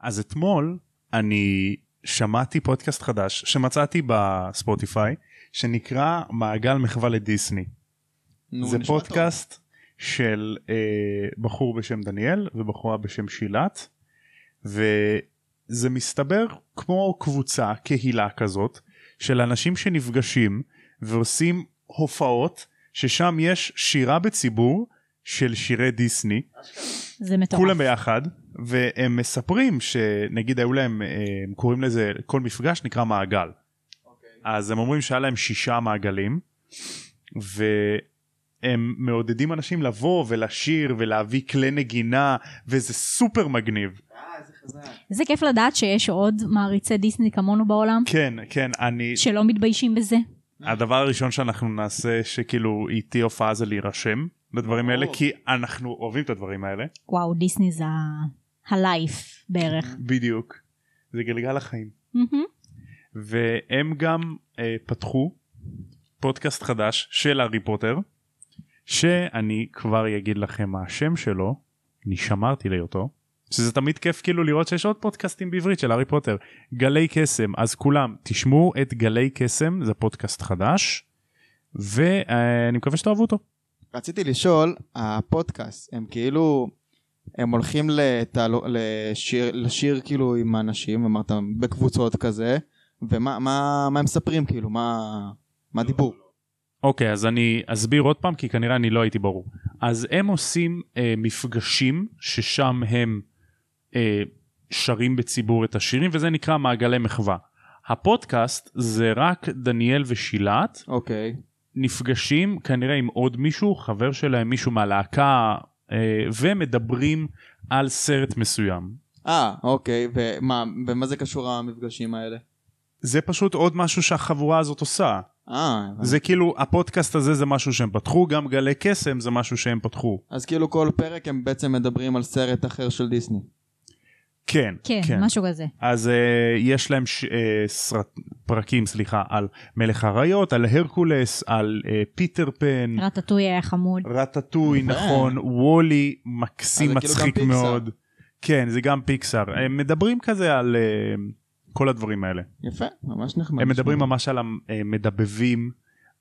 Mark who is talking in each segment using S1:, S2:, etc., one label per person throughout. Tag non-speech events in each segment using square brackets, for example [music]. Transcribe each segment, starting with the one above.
S1: אז אתמול אני שמעתי פודקאסט חדש שמצאתי בספוטיפיי שנקרא מעגל מחווה לדיסני.
S2: נו,
S1: זה
S2: נשמע טוב.
S1: פודקאסט של אה, בחור בשם דניאל ובחורה בשם שילת וזה מסתבר כמו קבוצה קהילה כזאת של אנשים שנפגשים ועושים הופעות ששם יש שירה בציבור של שירי דיסני
S3: זה מטורף.
S1: כולם ביחד והם מספרים שנגיד היו להם אה, הם קוראים לזה כל מפגש נקרא מעגל
S2: אוקיי.
S1: אז הם אומרים שהיה להם שישה מעגלים והם מעודדים אנשים לבוא ולשיר ולהביא כלי נגינה וזה סופר מגניב
S3: איזה כיף לדעת שיש עוד מעריצי דיסני כמונו בעולם,
S1: כן כן אני
S3: שלא מתביישים בזה.
S1: הדבר הראשון שאנחנו נעשה שכאילו איתי הופעה זה להירשם לדברים האלה
S2: ברור.
S1: כי אנחנו אוהבים את הדברים האלה
S3: וואו, דיסני זה ה- הלייף בערך.
S1: בדיוק זה גלגל החיים.
S3: מהמם.
S1: והם גם אה, פתחו פודקאסט חדש של הארי פוטר שאני כבר אגיד לכם מה השם שלו אני שמרתי לי אותו שזה תמיד כיף כאילו לראות שיש עוד פודקאסטים בעברית של הארי פוטר גלי קסם אז כולם תשמעו את גלי קסם זה פודקאסט חדש ואני מקווה שתאהבו אותו
S2: רציתי לשאול, הפודקאסט, הם כאילו, הם הולכים לתעלו, לשיר, לשיר כאילו עם אנשים, אמרת, בקבוצות כזה, ומה מה, מה הם מספרים כאילו, מה, מה הדיבור?
S1: אוקיי, אז אני אסביר עוד פעם, כי כנראה אני לא הייתי ברור. אז הם עושים אה, מפגשים ששם הם אה, שרים בציבור את השירים, וזה נקרא מעגלי מחווה. הפודקאסט זה רק דניאל ושילת
S2: אוקיי,
S1: נפגשים כנראה עם עוד מישהו, חבר שלהם, מישהו מהלהקה, אה, ומדברים על סרט מסוים.
S2: אה, אוקיי, ומה, ומה זה קשור המפגשים האלה?
S1: זה פשוט עוד משהו שהחבורה הזאת עושה.
S2: אה, הבנתי.
S1: זה כאילו, הפודקאסט הזה זה משהו שהם פתחו, גם גלי קסם זה משהו שהם פתחו.
S2: אז כאילו כל פרק הם בעצם מדברים על סרט אחר של דיסני.
S1: כן,
S3: כן, משהו כזה.
S1: אז אה, יש להם ש, אה, סרט, פרקים סליחה על מלך האריות על הרקולס על אה, פיטר פן
S3: רטטוי היה חמוד.
S1: רטטוי
S2: יפה.
S1: נכון וולי מקסים
S2: כן. אז זה כאילו
S1: מצחיק
S2: גם פיקסאר.
S1: מאוד כן זה גם פיקסאר הם מדברים כזה על אה, כל הדברים האלה
S2: יפה, ממש נחמד.
S1: הם מדברים ממש על המדבבים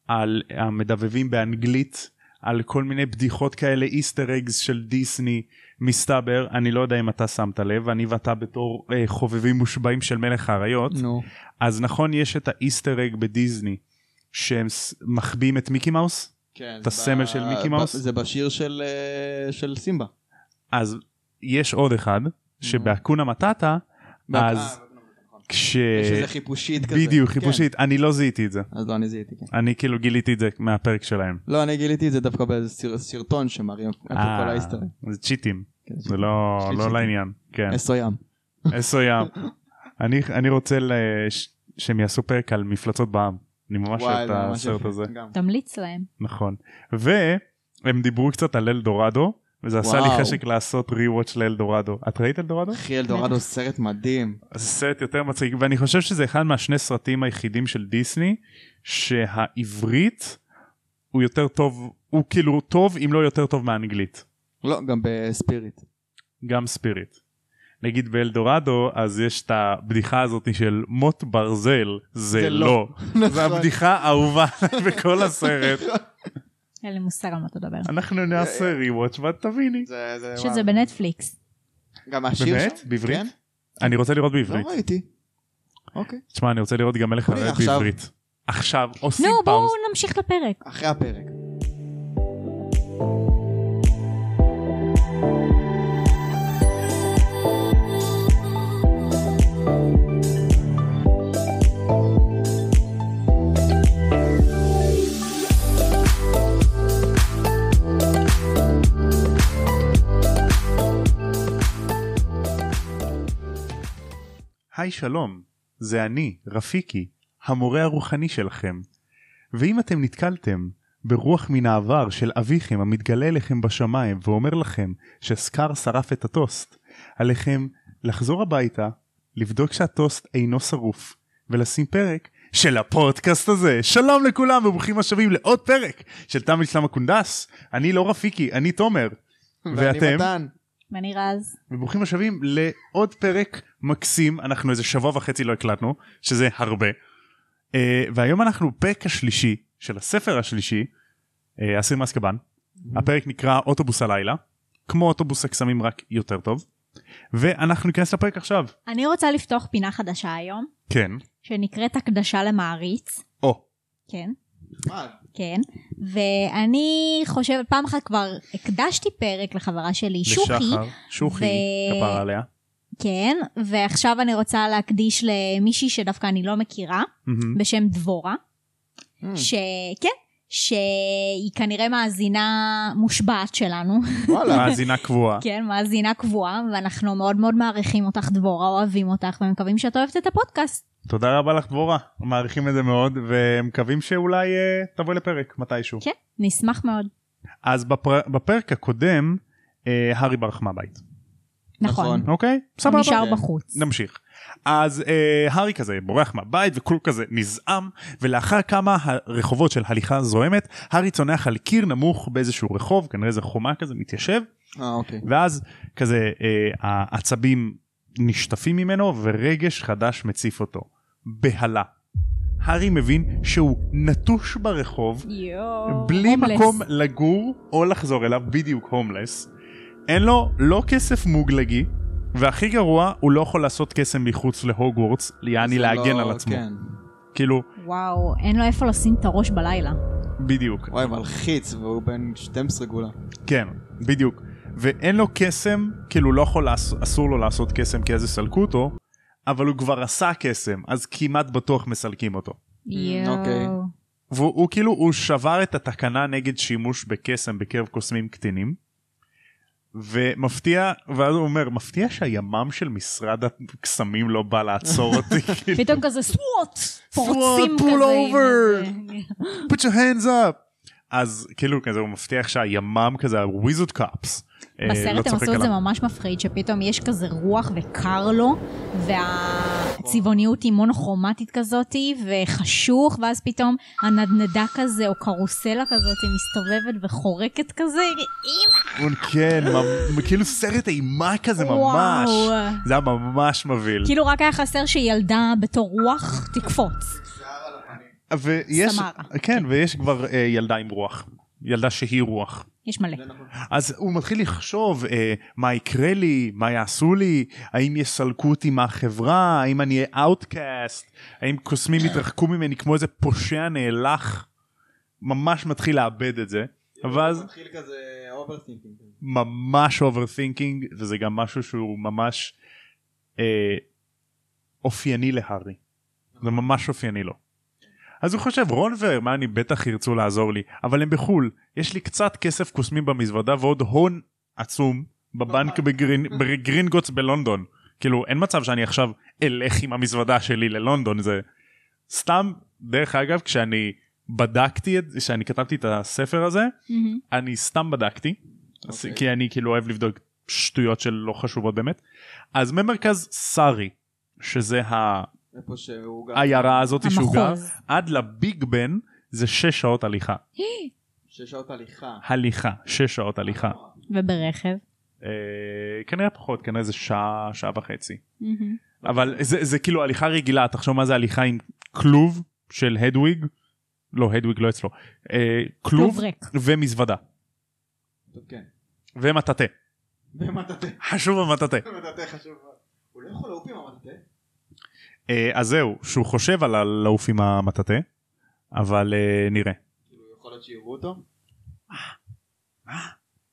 S1: על המדבבים באנגלית על כל מיני בדיחות כאלה איסטר אגס של דיסני מסתבר אני לא יודע אם אתה שמת לב אני ואתה בתור אה, חובבים מושבעים של מלך האריות
S2: נו,
S1: אז נכון יש את האיסטר אג בדיסני שהם ס- מחביאים את מיקי מאוס
S2: כן,
S1: את
S2: זה
S1: הסמל של מיקי
S2: ב-
S1: מאוס?
S2: זה בשיר של, אה, של סימבה.
S1: אז יש עוד אחד שבאקונה מטאטה אז
S2: אה,
S1: כש...
S2: יש איזה חיפושית כזה.
S1: אה, בדיוק
S2: כן.
S1: חיפושית אני לא זיהיתי את זה
S2: אז לא, אני זיהיתי, כן.
S1: אני כאילו גיליתי את זה מהפרק שלהם.
S2: לא, אני גיליתי את זה דווקא באיזה סר- סרטון שמראים את כל
S1: אה,
S2: ההיסטוריה.
S1: זה צ'יטים
S2: כן,
S1: זה לא
S2: צ'יט,
S1: לא
S2: צ'יט.
S1: לעניין
S2: [laughs]
S1: כן
S2: אסוים.
S1: אסו ים אני אני רוצה ל- ש- שהם יעשו פרק על מפלצות בעם אני ממש
S2: וואי,
S1: אוהב את
S2: זה ממש
S1: הסרט
S2: יפה.
S1: הזה
S2: גם.
S3: תמליץ להם.
S1: נכון והם דיברו קצת על אלדורדו וזה עשה לי
S2: וואו.
S1: חשק לעשות rewatch לאלדורדו את ראית אלדורדו?
S2: אחי אלדורדו סרט מדהים.
S1: זה סרט יותר מצחיק ואני חושב שזה אחד מהשני סרטים היחידים של דיסני שהעברית הוא יותר טוב הוא כאילו טוב אם לא יותר טוב מהאנגלית
S2: לא, גם בספיריט.
S1: גם ספיריט. נגיד באלדורדו אז יש את הבדיחה הזאת של מוט ברזל זה, [laughs]
S2: זה
S1: זה
S2: לא.
S1: לא. זו
S2: [laughs] נכון.
S1: הבדיחה האהובה [laughs] עליי בכל הסרט.
S3: אין לי מושג על מה אתה מדבר.
S1: אנחנו נעשה rewatch ואת תביני.
S2: [laughs] זה, זה,
S3: פשוט
S2: וואו.
S3: זה בנטפליקס.
S2: גם השיר
S1: באמת?
S2: שם?
S1: בעברית?
S2: כן?
S1: אני רוצה לראות
S2: לא
S1: בעברית.
S2: ראיתי. אוקיי.
S1: תשמע אני רוצה לראות גם מלך
S2: תראי,
S1: הרעיון
S2: עכשיו.
S1: בעברית. עכשיו עושים
S3: אוקיי, נו, בואו
S1: פאוס.
S3: נמשיך לפרק.
S2: אחרי הפרק.
S1: היי שלום, זה אני, רפיקי, המורה הרוחני שלכם. ואם אתם נתקלתם ברוח מן העבר של אביכם המתגלה אליכם בשמיים ואומר לכם שסקאר שרף את הטוסט, עליכם לחזור הביתה, לבדוק שהטוסט אינו שרוף, ולשים פרק של הפודקאסט הזה. שלום לכולם וברוכים השבים לעוד פרק של תם אסלאם הקונדס. אני לא רפיקי, אני תומר. ואתם?
S2: מתן.
S3: ואני רז.
S1: וברוכים השבים לעוד פרק מקסים אנחנו איזה שבוע וחצי לא הקלטנו שזה הרבה אה, והיום אנחנו פרק השלישי של הספר השלישי אה, אסיר מאסקבן הפרק נקרא אוטובוס הלילה כמו אוטובוס הקסמים רק יותר טוב ואנחנו ניכנס לפרק עכשיו
S3: אני רוצה לפתוח פינה חדשה היום,
S1: כן
S3: שנקראת הקדשה למעריץ.
S1: או
S3: כן, כן. ואני חושבת, פעם אחת כבר הקדשתי פרק לחברה שלי, שוקי.
S1: לשחר שוחי
S3: ו-
S1: כפרה עליה
S3: כן, ועכשיו אני רוצה להקדיש למישהי שדווקא אני לא מכירה,
S1: מהמם.
S3: בשם דבורה,
S2: Hmm,
S1: Mm.
S3: שכן, שהיא כנראה מאזינה מושבעת שלנו,
S2: וואלה.
S1: מאזינה קבועה
S3: כן, מאזינה קבועה, ואנחנו מאוד מאוד מעריכים אותך, דבורה, אוהבים אותך, ומקווים שאת אוהבת את הפודקאסט.
S1: תודה רבה לך דבורה מעריכים את זה מאוד ומקווים שאולי אה, תבואי לפרק מתישהו
S3: כן, נשמח מאוד.
S1: אז בפר... בפרק הקודם אה, הארי ברח מהבית
S3: נכון.
S1: אוקיי
S3: הוא
S1: סבבה
S3: נשאר
S2: כן.
S3: בחוץ.
S1: נמשיך אז אה, הארי כזה בורח מהבית וכול כזה נזעם ולאחר כמה הרחובות של הליכה זוהמת הארי צונח על קיר נמוך באיזשהו רחוב כנראה איזה חומה כזה מתיישב
S2: אה, אוקיי.
S1: ואז כזה אה, העצבים נשטפים ממנו ורגש חדש מציף אותו בהלה. הארי מבין שהוא נטוש ברחוב
S3: יואו.
S1: בלי
S3: הומלס.
S1: מקום לגור או לחזור אליו בדיוק הומלס. אין לו לא כסף מוגלגי והכי גרוע הוא לא יכול לעשות קסם מחוץ להוגוורטס יעני
S2: זה
S1: להגן
S2: לא-
S1: על עצמו
S2: כן.
S1: כאילו
S3: וואו, אין לו איפה לשים את הראש בלילה.
S1: בדיוק
S2: וואי, מלחיץ, והוא בן 12 גולה.
S1: כן בדיוק ואין לו קסם כאילו לא יכול לעש... אסור לו לעשות קסם כי אז יסלקו אותו אבל הוא כבר עשה קסם אז כמעט בטוח מסלקים אותו.
S2: אוקיי.
S3: יואו.
S1: והוא הוא כאילו הוא שבר את התקנה נגד שימוש בקסם בקרב קוסמים קטינים. ומפתיע ואז הוא אומר מפתיע שהימ"מ של משרד הקסמים לא בא
S3: [laughs]
S1: לעצור אותי. כאילו,
S3: פתאום כזה סוואט, פורצים
S1: pull
S3: כזה. עם
S1: over.
S3: איזה-
S1: put your hands up. אז כאילו כזה הוא מבטיח שהימ"מ כזה אה, וויזוד קאפס. לא
S3: בסרט הם עשו את זה ממש מפחיד, שפתאום יש כזה רוח וקר לו, והצבעוניות היא מונוכרומטית כזאתי, וחשוך, ואז פתאום הנדנדה כזה, או קרוסלה כזאת, היא מסתובבת וחורקת כזה, אימא,
S1: כן ממ- כאילו סרט אימה כזה ממש.
S3: וואו.
S1: זה היה ממש מבהיל.
S3: כאילו רק היה חסר שילדה בתור רוח תקפוץ.
S1: ויש,
S3: כאילו, סמרה.
S1: כן, ויש כבר אה, ילדה עם רוח. ילדה שהיא רוח.
S3: יש מלא.
S1: אז הוא מתחיל לחשוב אה, מה יקרה לי, מה יעשו לי, האם יסלקו אותי מהחברה, האם אני אהיה אאוטקאסט, האם קוסמים יתרחקו ממני כמו איזה פושע נאלח. ממש מתחיל לאבד את זה. ואז
S2: מתחיל כזה כן. אוברטינקינג.
S1: ממש אוברתינקינג וזה גם משהו שהוא ממש אה, אופייני להארי. זה ממש אופייני לו. אז הוא חושב רון והרמני בטח ירצו לעזור לי אבל הם בחול יש לי קצת כסף קוסמים במזוודה ועוד הון עצום בבנק בגרין, בגרינגוטס בלונדון כאילו אין מצב שאני עכשיו אלך עם המזוודה שלי ללונדון זה סתם דרך אגב כשאני בדקתי את כשאני כתבתי את הספר הזה
S3: מהמם.
S1: אני סתם בדקתי אז-
S2: אוקיי.
S1: כי אני כאילו אוהב לבדוק שטויות של לא חשובות באמת אז ממרכז סארי שזה
S2: איפה שהוא גם...
S1: העיירה הזאת שהוא גר
S3: המחוז.
S1: עד לביג בן זה שש שעות הליכה
S2: שש שעות הליכה.
S1: הליכה שש שעות הליכה
S3: [gasps] וברכב.
S1: אה, כנראה פחות כנראה זה שעה שעה וחצי
S3: מהמם.
S1: אבל זה, זה כאילו הליכה רגילה תחשוב מה זה הליכה עם כלוב של הדוויג לא הדוויג לא אצלו אה, כלוב
S3: כלוב ריק.
S1: ומזוודה
S2: טוב, כן.
S1: ומטאטא
S2: במטאטא.
S1: חשוב המטאטא
S2: במטאטא חשוב. מאוד. הוא לא יכול לעוף עם המטאטא?
S1: אה, אז זהו, שהוא חושב על הלעוף עם המטאטא, אבל אה, נראה.
S2: כאילו, יכול להיות שיראו אותו?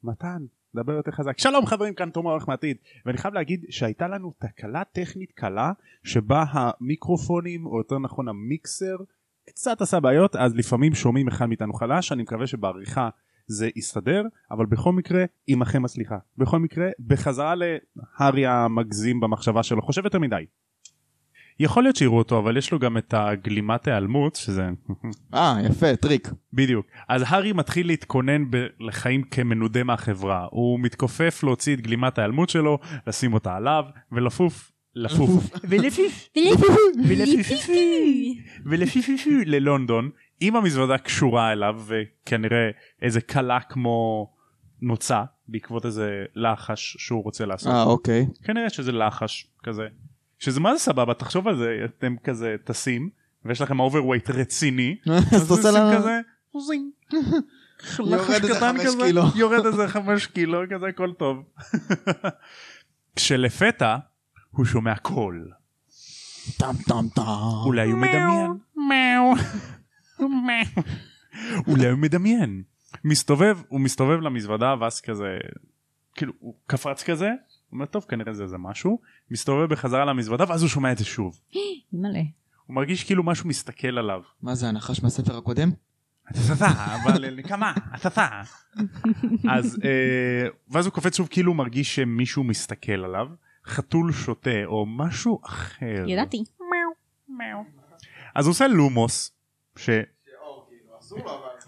S1: מתן, דבר יותר חזק. שלום חברים, כאן תום האורך מעתיד. ואני חייב להגיד שהייתה לנו תקלה טכנית קלה, שבה המיקרופונים, או יותר נכון המיקסר, קצת עשה בעיות, אז לפעמים שומעים אחד מאיתנו חלש, אני מקווה שבעריכה זה יסתדר, אבל בכל מקרה, עמכם הסליחה. בכל מקרה, בחזרה להארי המגזים במחשבה שלו, חושב יותר מדי. יכול להיות שיראו אותו, אבל יש לו גם את הגלימת היעלמות, שזה
S2: אה, יפה, טריק.
S1: בדיוק. אז הארי מתחיל להתכונן ב- לחיים כמנודה מהחברה. הוא מתכופף להוציא את גלימת ההיעלמות שלו, לשים אותה עליו, ולפוף. לפוף. ולפיף. ולפיפי. ולפיפי ללונדון, עם המזוודה קשורה אליו, וכנראה איזה כלה כמו נוצה בעקבות איזה לחש שהוא רוצה לעשות.
S2: אה, אוקיי.
S1: כנראה שזה לחש כזה. שזה מה זה סבבה, תחשוב על זה, אתם כזה טסים, ויש לכם אוברווייט רציני,
S2: [laughs] אז אתה עושה
S1: עושים
S2: לנו...
S1: כזה, זינג.
S2: [laughs] יורד
S1: לחש
S2: איזה
S1: קטן
S2: חמש
S1: כזה,
S2: קילו. [laughs]
S1: יורד איזה חמש קילו, כזה הכל טוב. [laughs] כשלפתע הוא שומע קול,
S2: טם טם טם.
S1: אולי הוא מדמיין. [laughs] אולי הוא מדמיין. מסתובב, הוא מסתובב למזוודה ואז כזה, כאילו הוא קפץ כזה, הוא אומר טוב כנראה זה איזה משהו, מסתובב בחזרה למזוודה ואז הוא שומע את זה שוב.
S3: מלא.
S1: הוא מרגיש כאילו משהו מסתכל עליו.
S2: מה זה הנחש מהספר הקודם?
S1: הצצה, אבל נקמה, הצצה. אז אה, ואז הוא קופץ שוב כאילו הוא מרגיש שמישהו מסתכל עליו, חתול שותה או משהו אחר.
S3: ידעתי.
S1: אז הוא עושה לומוס, ש...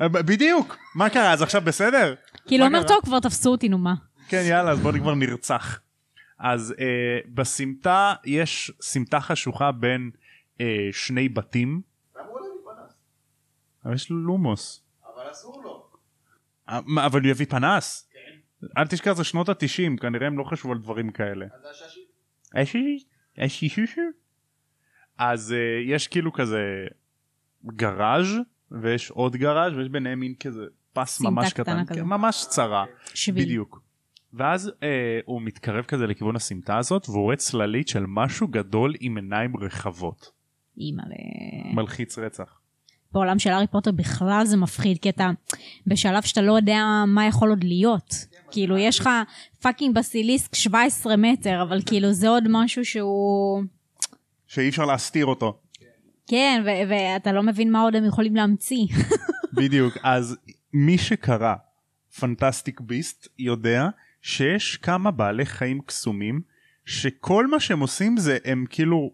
S1: אה, ב- בדיוק, מה קרה אז עכשיו בסדר?
S3: כאילו
S1: מה
S3: אומר
S1: קרה?
S3: טוב כבר תפסו אותי נו מה.
S1: כן יאללה אז בוא כבר נרצח. אז אה, בסמטה יש סמטה חשוכה בין אה, שני בתים. אבל יש לו לומוס. אה, מה, אבל הוא יביא פנס? אל תשכח זה שנות התשעים כנראה הם לא חשבו על דברים כאלה. אשי? אשי שושו? אז אה, יש כאילו כזה גראז' ויש עוד גראז' ויש ביניהם מין כזה פס
S3: סמטה
S1: ממש
S3: קטנה
S1: קטן,
S3: כזה.
S1: כן, ממש צרה.
S3: שביל.
S1: בדיוק. ואז אה, הוא מתקרב כזה לכיוון הסמטה הזאת והוא רואה צללית של משהו גדול עם עיניים רחבות.
S3: אימא'לה.
S1: מלחיץ רצח.
S3: בעולם של הארי פוטר בכלל זה מפחיד, כי אתה בשלב שאתה לא יודע מה יכול עוד להיות. כאילו, יש לך פאקינג בסיליסק 17 מטר, אבל כאילו זה עוד משהו שהוא...
S1: שאי אפשר להסתיר אותו.
S3: כן, ו- ואתה לא מבין מה עוד הם יכולים להמציא. [laughs]
S1: בדיוק. אז מי שקרא פנטסטיק ביסט יודע שיש כמה בעלי חיים קסומים שכל מה שהם עושים זה הם כאילו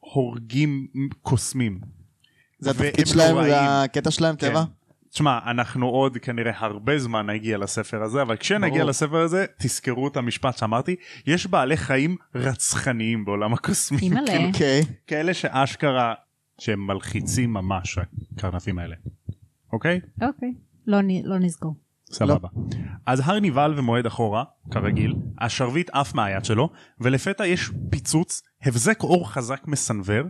S1: הורגים קוסמים.
S2: זה
S1: והם
S2: התפקיד שלהם,
S1: נוראים. כן.
S2: זה הקטע שלהם, טבע?
S1: תשמע, אנחנו עוד כנראה הרבה זמן נגיע לספר הזה, אבל כשנגיע
S2: ברור.
S1: לספר הזה, תזכרו את המשפט שאמרתי, יש בעלי חיים רצחניים בעולם הקוסמים.
S3: אימא'לה.
S1: כאילו,
S2: אוקיי.
S1: כאלה שאשכרה, שהם מלחיצים ממש, הקרנפים האלה. אוקיי?
S3: אוקיי. לא, נ- לא נסגור.
S1: סבבה. אז הר נבהל ומועד אחורה, כרגיל, השרביט עף מהיד שלו, ולפתע יש פיצוץ, הבזק אור חזק מסנוור,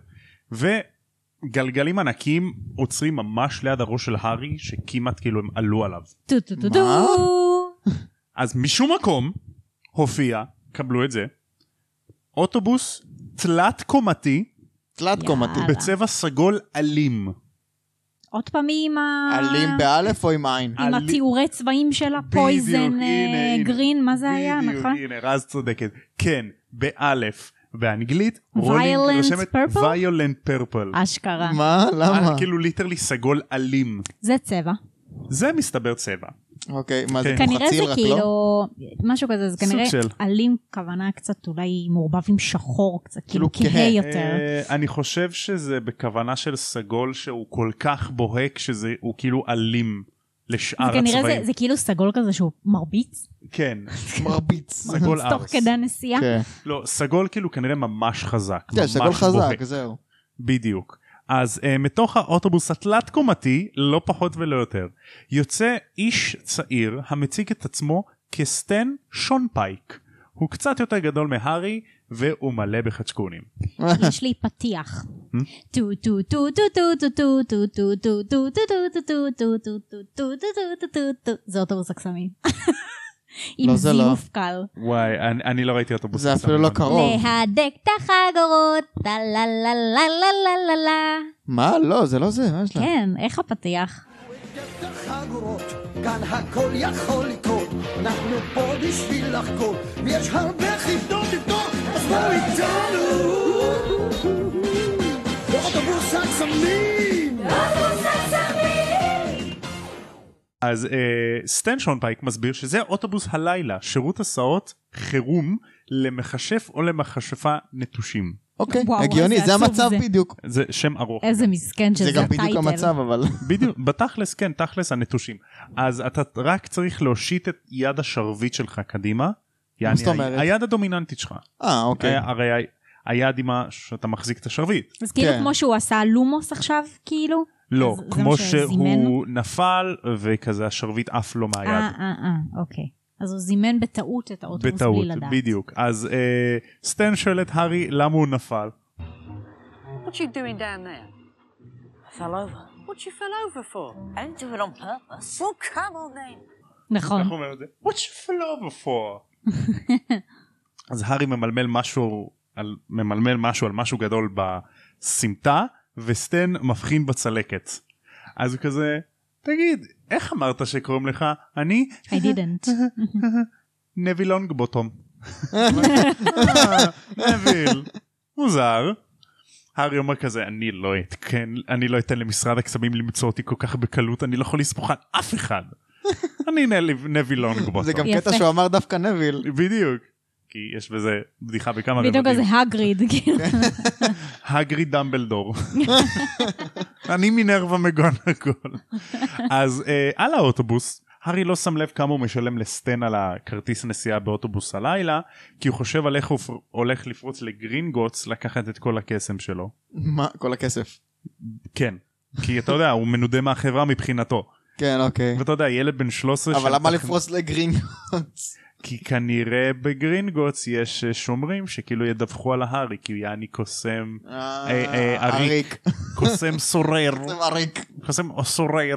S1: וגלגלים ענקים עוצרים ממש ליד הראש של הארי, שכמעט כאילו הם עלו עליו.
S3: טו טו טו
S2: מה?
S3: טו.
S1: אז משום מקום הופיע, קבלו את זה, אוטובוס תלת קומתי
S2: תלת קומתי.
S3: יאללה.
S1: בצבע סגול אלים.
S3: עוד פעם היא עם ה...
S2: עלים באלף או עם עין?
S3: עם
S1: עלי-
S3: התיאורי צבעים שלה, פויזן,
S1: בדיוק, הנה, הנה.
S3: גרין, אה, מה זה היה,
S1: בדיוק,
S3: נכון?
S1: הנה, רז צודקת. כן, באלף, באנגלית,
S3: Violent purple?
S1: ויולנט פרפל.
S3: אשכרה.
S2: אה, מה? למה?
S1: כאילו ליטרלי סגול אלים.
S3: זה צבע.
S1: זה מסתבר צבע.
S2: אוקיי, מה זה
S1: כן.
S3: כנראה
S2: מוחציל
S3: זה
S2: רק
S3: כאילו,
S2: לא?
S3: משהו כזה, זה
S1: סוג
S3: כנראה
S1: של.
S3: אלים, כוונה קצת אולי מעורבב עם שחור קצת, כאילו
S2: כאילו
S3: כהה
S2: כהה.
S3: יותר.
S1: אה, אני חושב שזה בכוונה של סגול שהוא כל כך בוהק שזה הוא כאילו אלים לשאר
S3: זה כנראה זה-
S1: הצבעים.
S3: זה כאילו סגול כזה שהוא מרביץ,
S1: כן,
S2: מרביץ.
S1: סגול
S3: תוך
S1: ארס.
S3: כדי הנסיעה.
S2: כן.
S1: לא, סגול כאילו כנראה ממש חזק.
S2: כן,
S1: ממש
S2: סגול חזק,
S1: בוהק.
S2: זהו.
S1: בדיוק. אז uh, מתוך האוטובוס התלת קומתי, לא פחות ולא יותר, יוצא איש צעיר המציג את עצמו כסטן שון פייק. הוא קצת יותר גדול מהארי, והוא מלא בחצ'קונים.
S3: יש לי פתיח. טו טו טו טו טו טו טו טו טו טו טו טו טו טו טו טו טו טו טו טו טו טו טו זה אוטובוס הקסמים. עם
S2: לא, זה לא.
S3: זיוף קל.
S1: וואי, אני, אני לא ראיתי אוטובוס.
S2: זה
S1: כזה
S2: אפילו לא
S1: מזמן.
S2: קרוב.
S3: להדק את החגורות, טה לה לה לה לה לה לה לה.
S2: מה? לא, זה לא זה, מה יש לה?
S3: כן, איך הפתיח?
S4: חגורות, כאן הכל יכול לקרות, אנחנו פה בשביל לחקור, יש הרבה חידות לפתור, אז בואו איתנו! באוטובוס הקסמים!
S1: אז אה, סטן שון פייק מסביר שזה אוטובוס הלילה, שירות הסעות חירום למכשף או למכשפה נטושים.
S2: אוקיי,
S3: וואו,
S2: הגיוני,
S3: איזה
S2: זה
S3: עצוב
S2: המצב
S3: זה.
S2: בדיוק.
S1: זה שם ארוך.
S3: איזה מסכן שזה
S2: זה
S3: הטייטל.
S2: גם בדיוק המצב, אבל...
S1: בדיוק, בתכלס כן, תכלס הנטושים. אז אתה רק צריך להושיט את יד השרביט שלך קדימה. יעני,
S2: זאת אומרת?
S1: ה- היד הדומיננטית שלך.
S2: [laughs] אה, אוקיי.
S1: ה- הרי ה- היד עם ה... שאתה מחזיק את השרביט.
S3: אז כאילו
S2: כן.
S3: כמו שהוא עשה לומוס עכשיו, כאילו?
S1: לא,
S3: אז זה מה
S1: כמו
S3: שזימן?
S1: שהוא נפל וכזה השרביט עף לו
S3: אה,
S1: מהיד.
S3: אה, אה, אוקיי. אז הוא זימן בטעות את האוטובוס
S1: בטעות,
S3: בלי לדעת.
S1: בדיוק. אז אה, סטן שואל את הארי למה הוא נפל.
S5: What you doing down there? I fell over. What you fell over for? I didn't do it on purpose. Well, come on then.
S3: נכון.
S1: איך הוא אומר את זה? What you fell over
S3: [laughs]
S1: for? אז הארי ממלמל משהו על ממלמל משהו על משהו גדול בסמטה וסטן מבחין בצלקת. אז הוא כזה תגיד איך אמרת שקוראים לך אני
S3: I didn't.
S1: [laughs] נבי לונגבוטום. "אה, נביל מוזר. הארי אומר כזה אני לא אתקן אני לא אתן למשרד הקסמים למצוא אותי כל כך בקלות אני לא יכול לסמוך על אף
S2: [laughs]
S1: אחד. אני נל- נבי לונגבוטום.
S2: זה גם
S3: יפה.
S2: קטע שהוא אמר דווקא נביל.
S1: בדיוק. כי יש בזה בדיחה בכמה
S3: בדיוק אז זה
S1: רבדים.
S3: הגריד, כאילו.
S1: [laughs]
S3: [laughs]
S1: הגרי דמבלדור. אני מינרווה מגונגול. אז אה, על האוטובוס, הארי לא שם לב כמה הוא משלם לסטן על הכרטיס נסיעה באוטובוס הלילה, כי הוא חושב על איך הוא פר- הולך לפרוץ לגרינגוטס לקחת את כל הקסם שלו.
S2: מה? כל הכסף.
S1: כן. כי אתה יודע, הוא מנודה מהחברה מבחינתו.
S2: כן, אוקיי.
S1: ואתה יודע, ילד בן 13...
S2: אבל למה
S1: שמתכנן-
S2: לפרוס לגרינגוטס?
S1: כי כנראה בגרינגוטס יש אה, שומרים שכאילו ידווחו על ההארי, כי הוא יעני קוסם
S2: [laughs]
S1: אה, אה, אריק. קוסם סורר,
S2: זה אריק.
S1: קוסם או סורר.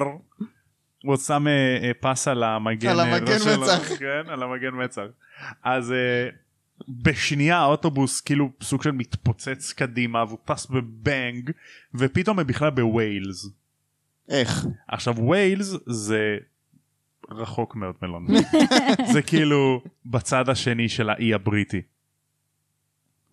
S1: הוא שם אה, אה, פס על המגן
S2: על
S1: אה,
S2: המגן
S1: לא שלו,
S2: מצח.
S1: [laughs] כן, על המגן מצח. אז אה, בשנייה האוטובוס כאילו סוג של מתפוצץ קדימה והוא טס בבנג ופתאום הם בכלל בווילס.
S2: איך?
S1: עכשיו ווילס זה רחוק מאוד מלונדון. זה כאילו בצד השני של האי הבריטי.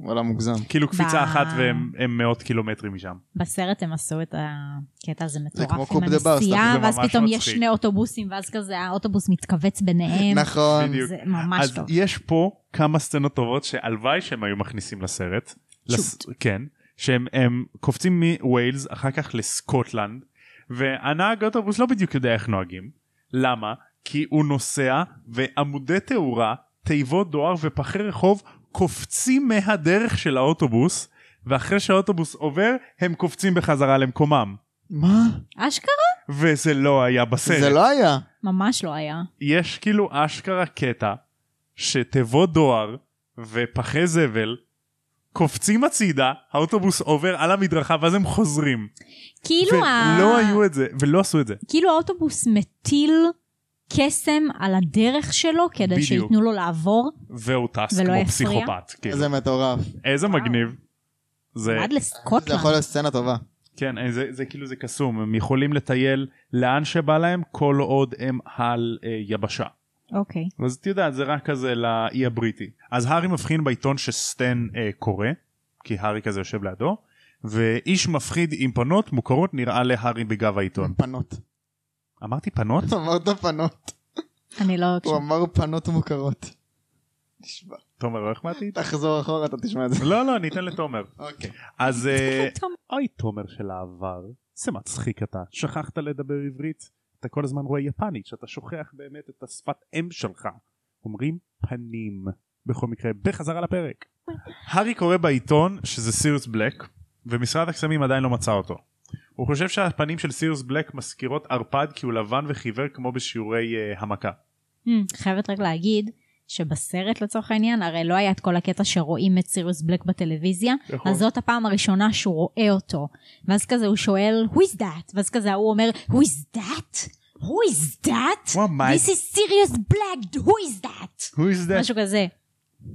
S2: וואלה מוגזם.
S1: כאילו קפיצה
S3: ב-
S1: אחת והם הם מאות קילומטרים משם.
S3: בסרט הם עשו את הקטע הזה
S2: כמו
S3: מטורף
S2: קופ
S3: עם
S2: דה בר,
S3: הנסיעה,
S1: סתם, זה
S3: ואז
S1: ממש
S3: פתאום יש
S1: מצחיק.
S3: שני אוטובוסים, ואז כזה האוטובוס מתכווץ ביניהם.
S2: נכון.
S1: בדיוק.
S3: זה ממש
S1: אז
S3: טוב.
S1: יש פה כמה סצנות טובות שהלוואי שהם היו מכניסים לסרט. לס... כן. שהם הם קופצים מווילס אחר כך לסקוטלנד והנהג האוטובוס לא בדיוק יודע איך נוהגים. למה? כי הוא נוסע ועמודי תאורה, תיבות דואר ופחי רחוב קופצים מהדרך של האוטובוס ואחרי שהאוטובוס עובר הם קופצים בחזרה למקומם.
S2: מה?
S3: אשכרה?
S1: וזה לא היה בסרט.
S2: זה לא היה.
S3: ממש לא היה.
S1: יש כאילו אשכרה קטע שתיבות דואר ופחי זבל קופצים הצידה האוטובוס עובר על המדרכה ואז הם חוזרים
S3: כאילו ה-
S1: ולא היו את זה ולא עשו את זה
S3: כאילו האוטובוס מטיל קסם על הדרך שלו, כדי
S1: בדיוק.
S3: שייתנו לו לעבור,
S1: והוא טס
S3: ולא
S1: כמו
S3: הפריע?
S1: פסיכופת כאילו.
S2: זה מטורף.
S1: איזה
S3: וואו.
S1: מגניב. זה
S3: עד
S2: זה יכול
S3: לסקוטלנד.
S2: להיות סצנה טובה.
S1: כן אה, זה, זה כאילו זה קסום הם יכולים לטייל לאן שבא להם כל עוד הם על אה, יבשה.
S3: אוקיי.
S1: אז את יודעת זה רק כזה לאי הבריטי אז הארי מבחין בעיתון שסטן אה, קורא כי הארי כזה יושב לידו ואיש מפחיד עם פנות מוכרות נראה להארי בגב העיתון
S2: פנות. [laughs]
S1: אמרתי פנות
S2: אמרת פנות.
S3: אני לא...
S2: הוא אמר פנות מוכרות. תשמע,
S1: תומר לא החמאתי
S2: תחזור אחורה אתה תשמע את זה.
S1: לא לא ניתן לתומר
S2: אוקיי.
S1: אז אה,
S3: פתאום.
S1: אוי תומר של העבר זה מצחיק אתה שכחת לדבר עברית אתה כל הזמן רואה יפנית שאתה שוכח באמת את השפת אם שלך אומרים פנים בכל מקרה בחזרה לפרק. הארי קורא בעיתון שזה סיריוס בלק ומשרד הקסמים עדיין לא מצא אותו. הוא חושב שהפנים של סיריוס בלק מזכירות ערפד כי הוא לבן וחיוור כמו בשיעורי uh, המכה.
S3: אמ, חייבת רק להגיד שבסרט לצורך העניין, הרי לא היה את כל הקטע שרואים את סיריוס בלק בטלוויזיה,
S1: נכון.
S3: אז זאת הפעם הראשונה שהוא רואה אותו. ואז כזה הוא שואל, who is that? ואז כזה ההוא אומר, who is that? who is that?
S1: What my-
S3: this is serious black, who is that?
S1: Who is
S3: משהו כזה.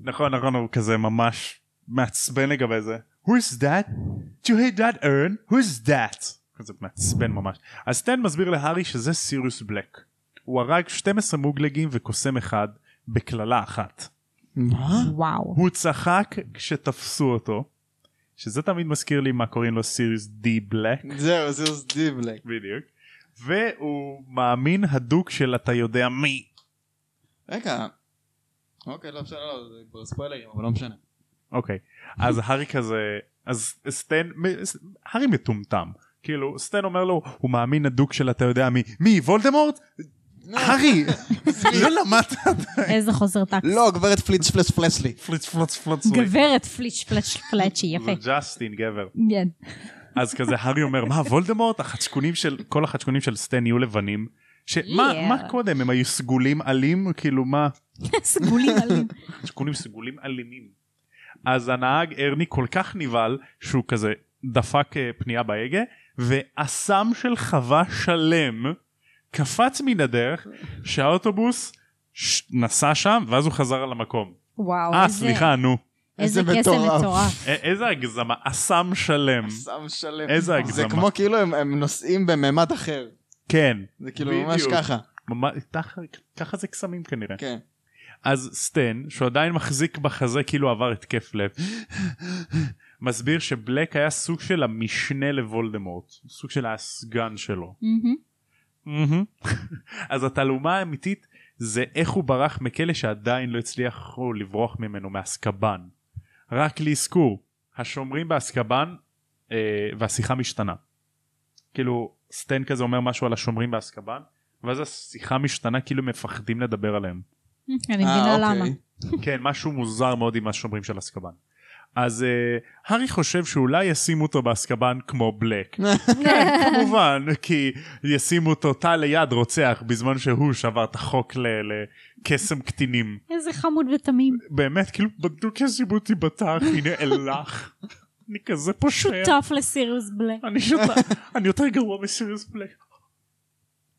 S1: נכון נכון הוא כזה ממש מעצבן לגבי זה. Who is that? Do you hate that urn? Who is that? כזה מעצבן ממש. אז סטן מסביר להארי שזה סיריוס בלק. הוא הרג 12 מוגלגים וקוסם אחד בקללה אחת.
S2: מה?
S3: וואו.
S1: הוא צחק כשתפסו אותו, שזה תמיד מזכיר לי מה קוראים לו סיריוס די בלק.
S2: זהו, זהו דיבלק.
S1: בדיוק. והוא מאמין הדוק של אתה יודע מי.
S2: רגע. אוקיי, לא משנה, לא, זה כבר ספוילרים, אבל לא משנה.
S1: אוקיי. אז הארי כזה, אז סטן, מ- ס- הארי מטומטם. כאילו סטן אומר לו הוא מאמין הדוק של אתה יודע מי. מי וולדמורט? הארי! לא למדת
S3: איזה
S2: [laughs]
S3: חוסר טקס.
S2: לא, גברת פליץ' פלס פלסלי.
S1: פליץ פלץ פלץ.
S3: גברת פליץ' פלאץ' פלאצ'י, יפה.
S1: ג'סטין גבר.
S3: כן. [laughs]
S1: אז כזה הארי אומר מה וולדמורט החדשקונים של כל החדשקונים של סטן יהיו לבנים. שמה
S3: Yeah.
S1: מה קודם הם היו סגולים עלים כאילו מה
S3: סגולים עלים.
S1: חדשקונים סגולים אלימים. אז הנהג ארני כל כך נבהל שהוא כזה דפק אה, פנייה בהגה ואסם של חווה שלם קפץ מן הדרך שהאוטובוס ש- נסע שם ואז הוא חזר על המקום.
S3: וואו,
S1: אה
S3: איזה-
S1: סליחה נו
S3: איזה
S2: איזה
S3: קסם
S2: מטורף.
S3: מטורף.
S1: א- איזה הגזמה אסם שלם.
S2: סם שלם.
S1: איזה
S2: זה
S1: הגזמה.
S2: כמו כאילו הם- הם נוסעים בממד אחר.
S1: כן.
S2: זה כאילו ממש
S1: בדיוק.
S2: ככה.
S1: ממש- תח- ככה זה קסמים כנראה.
S2: כן.
S1: אז סטן, שהוא עדיין מחזיק בחזה כאילו עבר התקף לב, מסביר שבלק היה סוג של המשנה לוולדמורט, סוג של הסגן שלו.
S3: מהמם.
S1: אז התעלומה האמיתית זה איך הוא ברח מכלא שעדיין לא הצליחו לברוח ממנו מאסקבן. רק לאזכור, השומרים באסקבן אה, והשיחה משתנה. כאילו סטן כזה אומר משהו על השומרים באסקבן ואז השיחה משתנה כאילו מפחדים לדבר עליהם.
S3: אני
S2: אה,
S3: מבינה
S2: אוקיי.
S3: למה.
S1: כן משהו מוזר מאוד עם השומרים של אסקבן. אז אה, הארי חושב שאולי ישימו אותו באסקבן כמו בלק. כן כמובן כי ישימו אותו תא ליד רוצח בזמן שהוא שבר את החוק ל- לקסם קטינים.
S3: איזה חמוד ותמים.
S1: באמת כאילו בדוק ישימו אותי בתא הנה אלך. אני כזה פושע.
S3: שותף לסיריוס בלק.
S1: אני שותף. אני יותר גרוע מסיריוס בלק.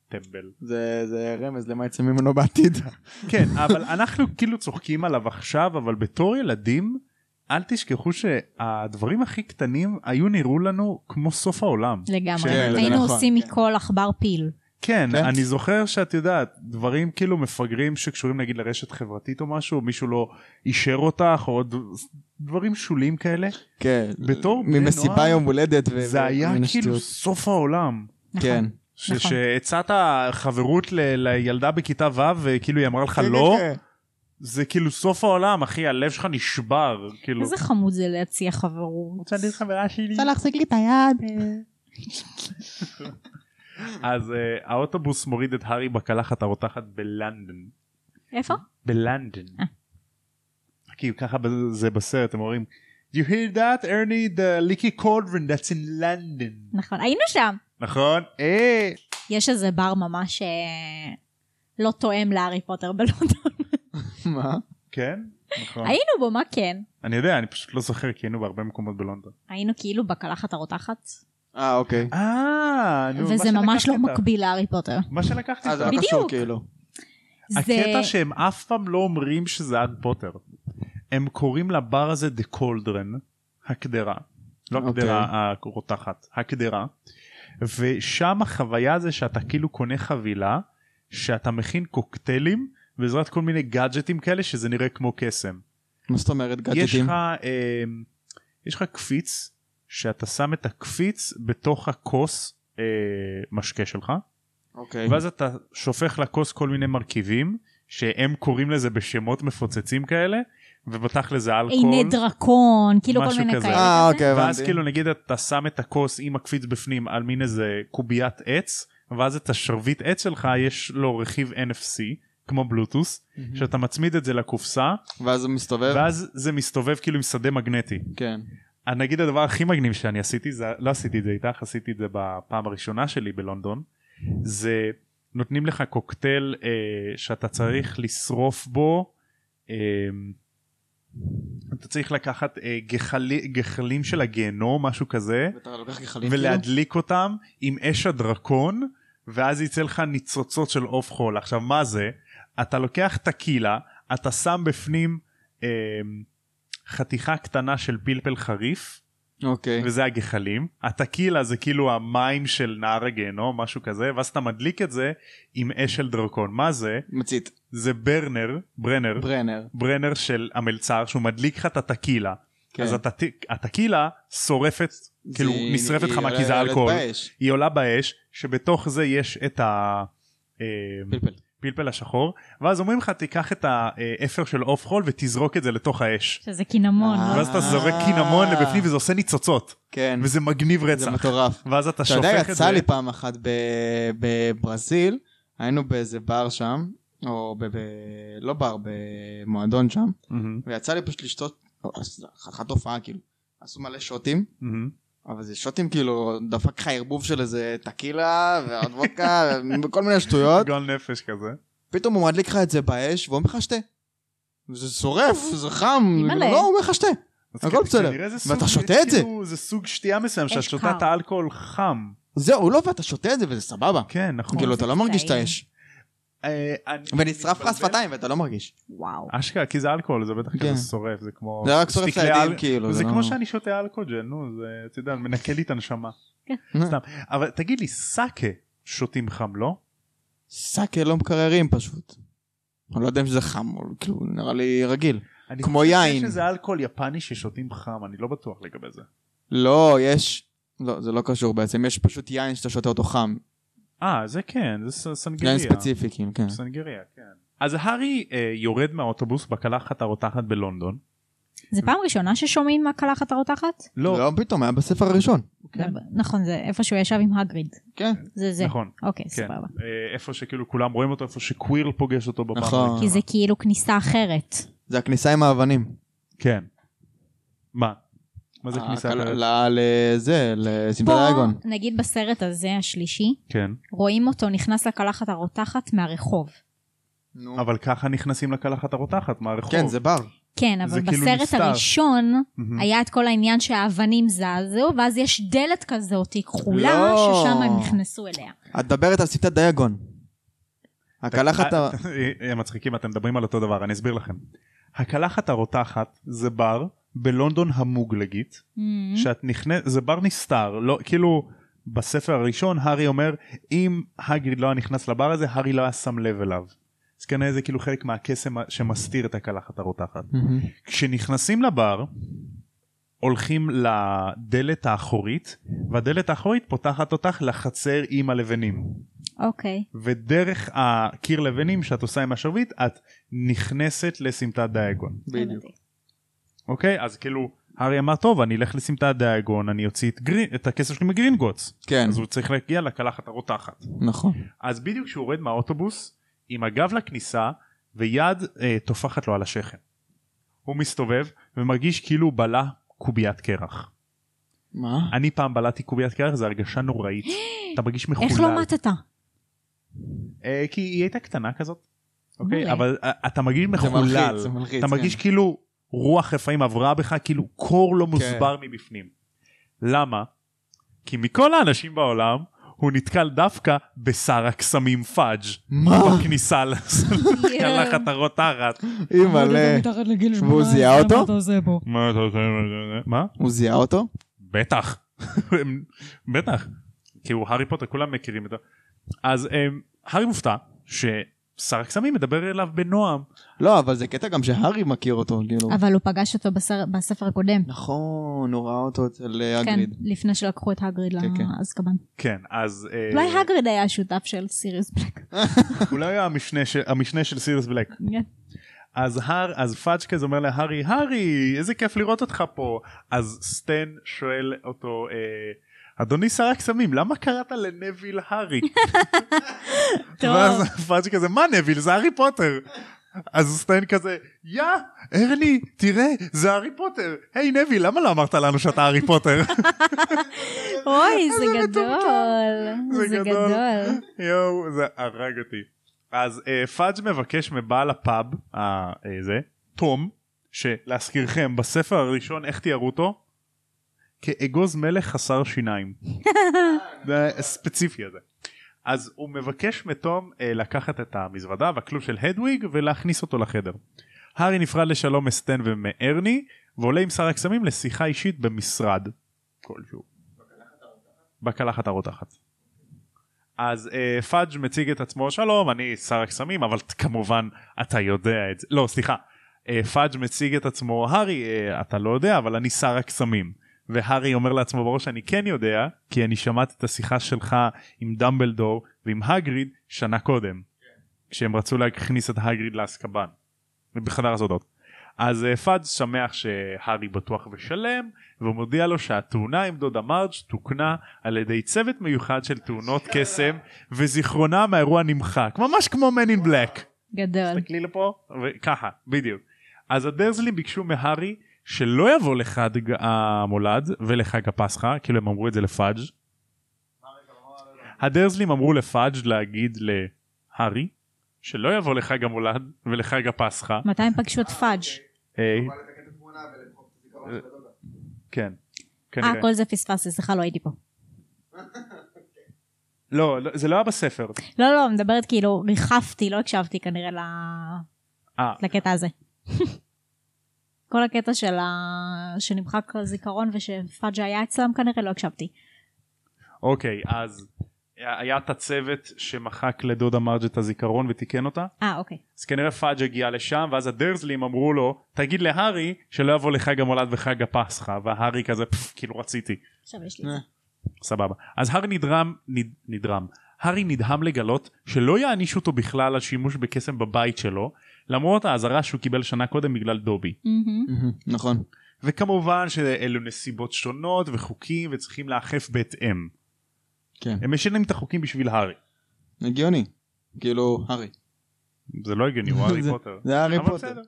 S1: טמבל.
S2: זה זה רמז למה יצא ממנו בעתיד.
S1: [laughs] כן אבל אנחנו כאילו צוחקים עליו עכשיו אבל בתור ילדים אל תשכחו שהדברים הכי קטנים היו נראו לנו כמו סוף העולם.
S3: לגמרי.
S1: כן,
S2: זה
S3: היינו
S2: נכון,
S3: עושים
S2: כן.
S3: מכל עכבר פיל.
S1: כן
S2: כן.
S1: אני זוכר שאת יודעת דברים כאילו מפגרים שקשורים נגיד לרשת חברתית או משהו מישהו לא אישר אותך או ד- דברים שוליים כאלה
S2: כן.
S1: בתור בני
S2: ממסיבה
S1: נוער,
S2: יום הולדת. ו-
S1: זה היה כאילו
S2: ומן השטויות.
S1: סוף העולם.
S3: נכון.
S2: כן.
S1: ש-
S3: נכון.
S1: שהצעת חברות ל- לילדה בכיתה ו' וכאילו היא אמרה לך
S2: כן,
S1: לא
S2: כן, כן.
S1: זה כאילו סוף העולם אחי הלב שלך נשבר כאילו.
S3: איזה חמוד זה להציע חברות.
S1: רוצה להיות חברה שלי.
S3: רוצה להחזיק לי את היד.
S1: [laughs] אז אה, האוטובוס מוריד את הארי בקלחת הרותחת בלונדון.
S3: איפה?
S1: בלונדון.
S3: אה.
S1: כי ככה בזה- זה בסרט הם אומרים you hear that Ernie the leaky cauldron that's in London.
S3: נכון. היינו שם.
S1: נכון? אה.
S3: יש איזה בר ממש אה, לא תואם להארי פוטר בלונדון.
S2: מה?
S1: כן? נכון.
S3: היינו בו, מה כן?
S1: אני יודע אני פשוט לא זוכר כי היינו בהרבה מקומות בלונדון.
S3: היינו כאילו בקלחת הרותחת.
S2: אה אוקיי.
S1: אה נו, מה
S3: וזה ממש
S1: שלקחתי
S3: לא
S1: אותך.
S3: מקביל להארי פוטר.
S1: מה שלקחתי
S2: אה זה לא
S1: אותך.
S3: בדיוק.
S2: קשור כאילו.
S1: הקטע שהם אף פעם לא אומרים שזה הארי פוטר. הם קוראים לבר הזה The Cauldron, הקדרה. לא
S2: אוקיי.
S1: הקדרה הרותחת, הקדרה. ושם החוויה זה שאתה כאילו קונה חבילה, שאתה מכין קוקטיילים בעזרת כל מיני גאדג'טים כאלה שזה נראה כמו קסם.
S2: מה זאת אומרת
S1: יש
S2: גאדג'טים?
S1: לך, אה, יש לך קפיץ, שאתה שם את הקפיץ בתוך הכוס אה, משקה שלך,
S2: אוקיי.
S1: ואז אתה שופך לכוס כל מיני מרכיבים שהם קוראים לזה בשמות מפוצצים כאלה ובתכל'ס זה
S3: עיני
S1: אלכוהול. דרקון,
S3: דרקון, כאילו כל
S1: משהו
S3: מיני
S1: כזה.
S3: כאלה.
S2: אה אוקיי
S1: ואז
S2: הבנתי.
S1: כאילו נגיד אתה שם את הכוס עם הקפיץ בפנים על מין איזה קוביית עץ ואז את השרביט עץ שלך יש לו רכיב NFC כמו בלוטוס
S2: Mhm.
S1: שאתה מצמיד את זה לקופסה
S2: ואז הוא מסתובב?
S1: ואז זה מסתובב כאילו עם שדה מגנטי.
S2: כן.
S1: אז נגיד הדבר הכי מגניב שאני עשיתי זה לא עשיתי את זה איתך עשיתי את זה בפעם הראשונה שלי בלונדון זה נותנים לך קוקטייל אה, שאתה צריך לשרוף בו אה, אתה צריך לקחת אה, גחלי, גחלים של הגיהנום משהו כזה
S2: ואתה לוקח גחלים כאילו?
S1: ולהדליק אותם עם אש הדרקון ואז יצא לך ניצוצות של עוף חול עכשיו מה זה אתה לוקח טקילה אתה שם בפנים אה, חתיכה קטנה של פלפל חריף
S2: אוקיי.
S1: וזה הגחלים הטקילה זה כאילו המים של נהר הגיהנום משהו כזה ואז אתה מדליק את זה עם אש של דרקון מה זה
S2: מצית.
S1: זה ברנר ברנר
S2: ברנר.
S1: ברנר של המלצר שהוא מדליק לך את הטקילה
S2: כן.
S1: אז הטק- הטקילה שורפת כאילו
S2: זה-
S1: נשרפת
S2: היא
S1: לך מה
S2: עולה-
S1: כי זה
S2: עולה
S1: אלכוהול
S2: באש.
S1: היא עולה באש שבתוך זה יש את הפלפל
S2: פלפל.
S1: השחור ואז אומרים לך תיקח את האפר של עוף חול ותזרוק את זה לתוך האש
S3: שזה קינמון.
S2: אה.
S1: ואז אתה זורק קינמון לבפנים וזה עושה ניצוצות
S2: כן.
S1: וזה מגניב
S2: זה
S1: רצח
S2: מטורף.
S1: ואז אתה
S2: אתה יודע,
S1: שופך את זה
S2: יצא לי פעם אחת ב- בברזיל, היינו באיזה בר שם, או ב... ב- לא בר, במועדון שם,
S1: מהמם,
S2: לא, ויצא לי פשוט לשתות, או, אז חתיכת הופעה כאילו. עשו מלא שוטים,
S1: מהמם.
S2: אבל זה שוטים כאילו, דפק לך ערבוב של איזה טקילה ועוד וודקה [laughs] וכל מיני שטויות.
S1: גול נפש כזה.
S2: פתאום הוא מדליק לך את זה באש ואומר לך שתה. זה שורף, זה חם,
S3: אימא'לה.
S2: לא, הוא אומר לך שתה.
S1: אז
S2: הכל
S1: כ-
S2: בסדר.
S1: כנראה זה
S2: ואתה
S1: סוג-
S2: שותה את זה.
S1: כאילו, זה סוג שתייה מסוים, שאת
S3: אש
S1: שותה
S3: קר.
S1: את האלכוהול חם.
S2: זהו, לא, ואתה שותה את זה וזה סבבה.
S1: כן, נכון.
S2: כאילו, אתה לא מרגיש את
S3: טעים.
S2: האש.
S1: אה, אני
S2: ונשרף לך
S1: מתבלבל.
S2: השפתיים ואתה לא מרגיש.
S3: וואו.
S1: אשכרה, כי זה אלכוהול, זה בטח
S2: כן.
S1: כזה שורף, זה כמו...
S2: זה רק שורף
S1: סtikלי
S2: לידים,
S1: אל-
S2: כאילו,
S1: זה
S2: זה לא-
S1: כמו שאני שותה אלכוג'ל, נו, זה, אתה יודע, מנקה לי את הנשמה.
S3: כן.
S1: סתם. אבל תגיד לי, סאקה שותים חם, לא?
S2: סאקה לא מקררים פשוט. אני לא יודע אם זה חם, אבל כאילו, נראה לי רגיל.
S1: אני
S2: כמו
S1: חושב
S2: יין.
S1: שיש איזה אלכוהול יפני ששותים חם, אני לא בטוח לגבי זה.
S2: לא, יש... לא, זה לא קשור בעצם, יש פשוט יין שאתה שותה אותו חם.
S1: אה, זה כן, זה ס- סנגריה.
S2: יין ספציפי, כאילו, כן.
S1: סנגריה, כן. אז הארי אה, יורד מהאוטובוס בקלחת הרותחת בלונדון.
S3: זה פעם ראשונה ששומעים מהקלחת הרותחת?
S1: לא,
S2: לא, פתאום, היה בספר הראשון.
S3: נכון, זה איפה שהוא ישב עם הגריד.
S2: כן.
S3: זה זה.
S1: נכון.
S3: אוקיי,
S1: כן.
S3: סבבה.
S1: אה, איפה שכאילו כולם רואים אותו, איפה שקוויר פוגש אותו בפעם
S2: נכון.
S1: הראשונה.
S3: כי זה כאילו כניסה אחרת.
S2: זה הכניסה עם האבנים.
S1: כן. מה? מה זה
S2: אה,
S1: כניסה?
S2: כל-
S1: אחרת?
S2: ל- לזה,
S3: פה,
S2: לסימפלדייגון.
S3: נגיד בסרט הזה, השלישי,
S1: כן.
S3: רואים אותו נכנס לקלחת הרותחת מהרחוב.
S1: אבל ככה נכנסים לקלחת הרותחת מהרחוב.
S2: כן, זה בר.
S3: כן,
S1: זה
S3: אבל
S1: כאילו
S3: בסרט
S1: נסתר.
S3: הראשון
S1: מהמם.
S3: היה את כל העניין שהאבנים זעזעו, ואז יש דלת כזאת כחולה,
S2: לא.
S3: ששם הם נכנסו אליה.
S2: את מדברת על סיפטת דייגון. הקלחת ה...
S1: אה, אה, מצחיקים אתם מדברים על אותו דבר אני אסביר לכם. הקלחת הרותחת זה בר בלונדון המוגלגית
S3: Mhm.
S1: שאת נכנסת זה בר נסתר לא כאילו בספר הראשון הארי אומר אם הגריד לא היה נכנס לבר הזה הארי לא היה שם לב אליו. אז כנראה זה כאילו חלק מהקסם שמסתיר את הקלחת הרותחת.
S2: מהמם.
S1: כשנכנסים לבר הולכים לדלת האחורית והדלת האחורית פותחת אותך לחצר עם הלבנים.
S3: אוקיי.
S1: ודרך הקיר לבנים שאת עושה עם השרביט את נכנסת לסמטת דיאגון
S2: בדיוק.
S3: הבנתי.
S1: אוקיי אז כאילו הארי אמר טוב אני אלך לסמטת דיאגון אני אוציא את, גרין, את הכסף שלי מגרינגוטס
S2: כן,
S1: אז הוא צריך להגיע לקלחת הרותחת
S2: נכון.
S1: אז בדיוק כשהוא יורד מהאוטובוס עם הגב לכניסה ויד אה, טופחת לו על השכם הוא מסתובב ומרגיש כאילו הוא בלע קוביית קרח
S2: מה?
S1: אני פעם בלעתי קוביית קרח זה הרגשה
S3: [gasps]
S1: נוראית אתה מרגיש מחולל
S3: איך לא מתת?
S1: אה, כי היא הייתה קטנה כזאת. אוקיי,
S3: מעולה.
S1: אבל אה, אתה מרגיש
S2: זה
S1: מחולל,
S2: מלחיץ, זה מלחיץ.
S1: אתה
S2: כן.
S1: מרגיש כאילו רוח רפאים עברה בך, כאילו קור
S2: כן.
S1: לא מוסבר מבפנים. למה? כי מכל האנשים בעולם הוא נתקל דווקא בשר הקסמים פאג'
S2: מה?
S1: בכניסה [laughs] כן. לקלחת הרותחת.
S2: אימא'לה. והוא זיהה אותו?
S1: מה אתה עושה עם זה? מה?
S2: הוא זיהה אותו?
S1: בטח. הם- בטח. כי הוא הארי פוטר, כולם מכירים אותו. אז אמ, הארי מופתע ששר הקסמים מדבר אליו בנועם.
S2: לא, אבל זה קטע גם שהארי מכיר אותו, כאילו.
S3: אבל הוא פגש אותו בסר- בספר הקודם.
S2: נכון, הוא ראה אותו אצל אה,
S3: כן,
S2: הגריד.
S3: לפני שלקחו את הגריד
S2: כן, כן.
S3: לאזקבן.
S1: כן, אז... אה,
S3: אולי הגריד היה השותף של סיריוס בלק.
S1: אולי היה המשנה של, המשנה של סיריוס בלק. אז, הר, אז פאג'קז אומר להארי, הארי, איזה כיף לראות אותך פה. אז סטן שואל אותו, אה, אדוני שר הקסמים, למה קראת לנביל הארי? ואז פאג' כזה, מה נביל, זה הארי פוטר. אז סטיין כזה, יא, ארני, תראה, זה הארי פוטר. היי נביל, למה לא אמרת לנו שאתה הארי פוטר?
S3: אוי, זה
S1: איזה
S3: גדול.
S1: זה
S3: זה
S1: גדול.
S3: גדול.
S1: יואו, זה הרג אותי. אז אה, פאג' מבקש מבעל הפאב, אה, אה, זה, תום, שלהזכירכם, בספר הראשון, איך תיארו אותו? כאגוז מלך חסר שיניים. זה הספציפי הזה. אז הוא מבקש מתום אה, לקחת את המזוודה והכלוב של הדוויג ולהכניס אותו לחדר. הארי נפרד לשלום מסטן ומארני ועולה עם שר הקסמים לשיחה אישית במשרד כלשהו. בקלחת הרותחת. אז אה, פאג' מציג את עצמו שלום אני שר הקסמים אבל ת- כמובן אתה יודע את זה לא סליחה אה, פאג' מציג את עצמו הארי אה, אתה לא יודע אבל אני שר הקסמים והארי אומר לעצמו בראש אני כן יודע כי אני שמעתי את השיחה שלך עם דמבלדור ועם הגריד שנה קודם כשהם רצו להכניס את הגריד לאסקבן בחדר הסודות. אז אה, פאג' שמח שהארי בטוח ושלם והוא מודיע לו שהתאונה עם דודה מרג' תוקנה על ידי צוות מיוחד של תאונות קסם וזיכרונה מהאירוע נמחק ממש כמו Man in Black.
S3: גדול.
S1: תסתכלי לפה וככה בדיוק. אז הדרזלים ביקשו מהארי שלא יבוא לחג המולד ולחג הפסחא, כאילו הם אמרו את זה לפאג'. הדרזלים אמרו לפאג' להגיד להארי, שלא יבוא לחג המולד ולחג הפסחא.
S3: מתי הם פגשו את פאג'?
S1: אה, כן,
S3: אה,
S1: כנראה.
S3: כל זה פספסתי, סליחה, לא הייתי פה.
S1: לא, לא, זה לא היה בספר.
S3: לא, לא, מדברת כאילו, ריחפתי, לא הקשבתי כנראה ל-
S1: אה,
S3: לקטע הזה. [laughs] כל הקטע של ה... שנמחק הזיכרון ושפאג' היה אצלם כנראה לא הקשבתי.
S1: אוקיי, אז היה את הצוות שמחק לדודה מרג' את הזיכרון ותיקן אותה.
S3: אה, אוקיי.
S1: אז כנראה פאג' הגיע לשם ואז הדרזלים אמרו לו תגיד להארי שלא יבוא לחג המולד וחג הפסחא והארי כזה "פפ, כאילו רציתי
S3: עכשיו יש לי את זה.
S1: סבבה אז הארי נדרם נד, נדרם הארי נדהם לגלות שלא יענישו אותו בכלל על שימוש בקסם בבית שלו למרות האזהרה שהוא קיבל שנה קודם בגלל דובי
S3: מהמם.
S2: נכון.
S1: וכמובן שאלו נסיבות שונות וחוקים וצריכים להאכף בהתאם
S2: כן.
S1: הם משנים את החוקים בשביל הארי
S2: הגיוני. כאילו, הארי.
S1: זה לא הגיוני
S2: [laughs]
S1: הוא הארי
S2: זה-
S1: פוטר
S2: זה הארי
S1: אבל
S2: [laughs] פוטר.
S1: בסדר.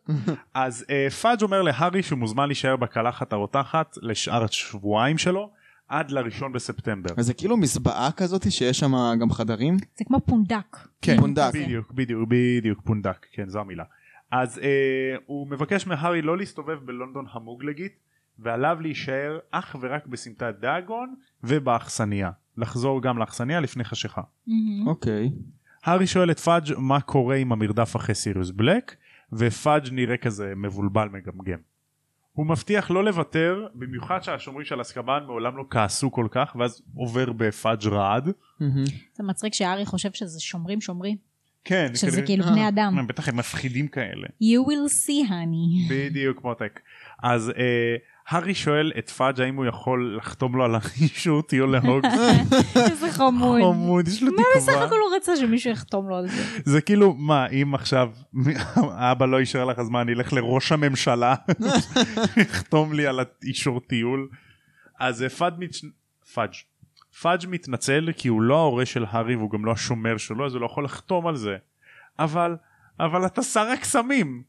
S1: אז אה, פאג' אומר להארי שהוא מוזמן להישאר בקלחת הרותחת לשאר השבועיים שלו עד לראשון בספטמבר.
S2: אז זה כאילו מסבעה כזאת שיש שם גם חדרים.
S3: זה כמו פונדק.
S2: פונדק.
S1: בדיוק, בדיוק, בדיוק, פונדק, כן, זו המילה. אז אה, הוא מבקש מהארי לא להסתובב בלונדון המוגלגית, ועליו להישאר אך ורק בסמטת דאגון ובאכסניה. לחזור גם לאכסניה לפני חשיכה.
S3: מהמם.
S2: אוקיי.
S1: הארי שואל את פאג' מה קורה עם המרדף אחרי סיריוס בלק ופאג' נראה כזה מבולבל מגמגם. הוא מבטיח לא לוותר במיוחד שהשומרים של אסקבן מעולם לא כעסו כל כך ואז עובר בפאג' רעד.
S3: זה מצחיק שהארי חושב שזה שומרים שומרים.
S1: כן,
S3: שזה
S1: כנראה-
S3: כאילו
S2: אה.
S3: בני אדם.
S1: הם בטח הם מפחידים כאלה.
S3: You will see, honey. [laughs]
S1: בדיוק מותק. אז אה, הארי שואל את פאג' האם הוא יכול לחתום לו על הרישות יולה
S3: [laughs]
S1: הוגס.
S3: איזה חמוד.
S1: חמוד, יש לו
S3: מה בסך
S1: תקווה.
S3: הכל הוא רצה שמישהו יחתום לו על זה?
S1: זה כאילו מה אם עכשיו אבא לא אישר לך אז מה אני אלך לראש הממשלה יחתום לי על אישור טיול אז אה, פאג' מת... פאג' פאג' מתנצל כי הוא לא ההורה של הארי והוא גם לא השומר שלו אז הוא לא יכול לחתום על זה אבל אבל אתה שר הקסמים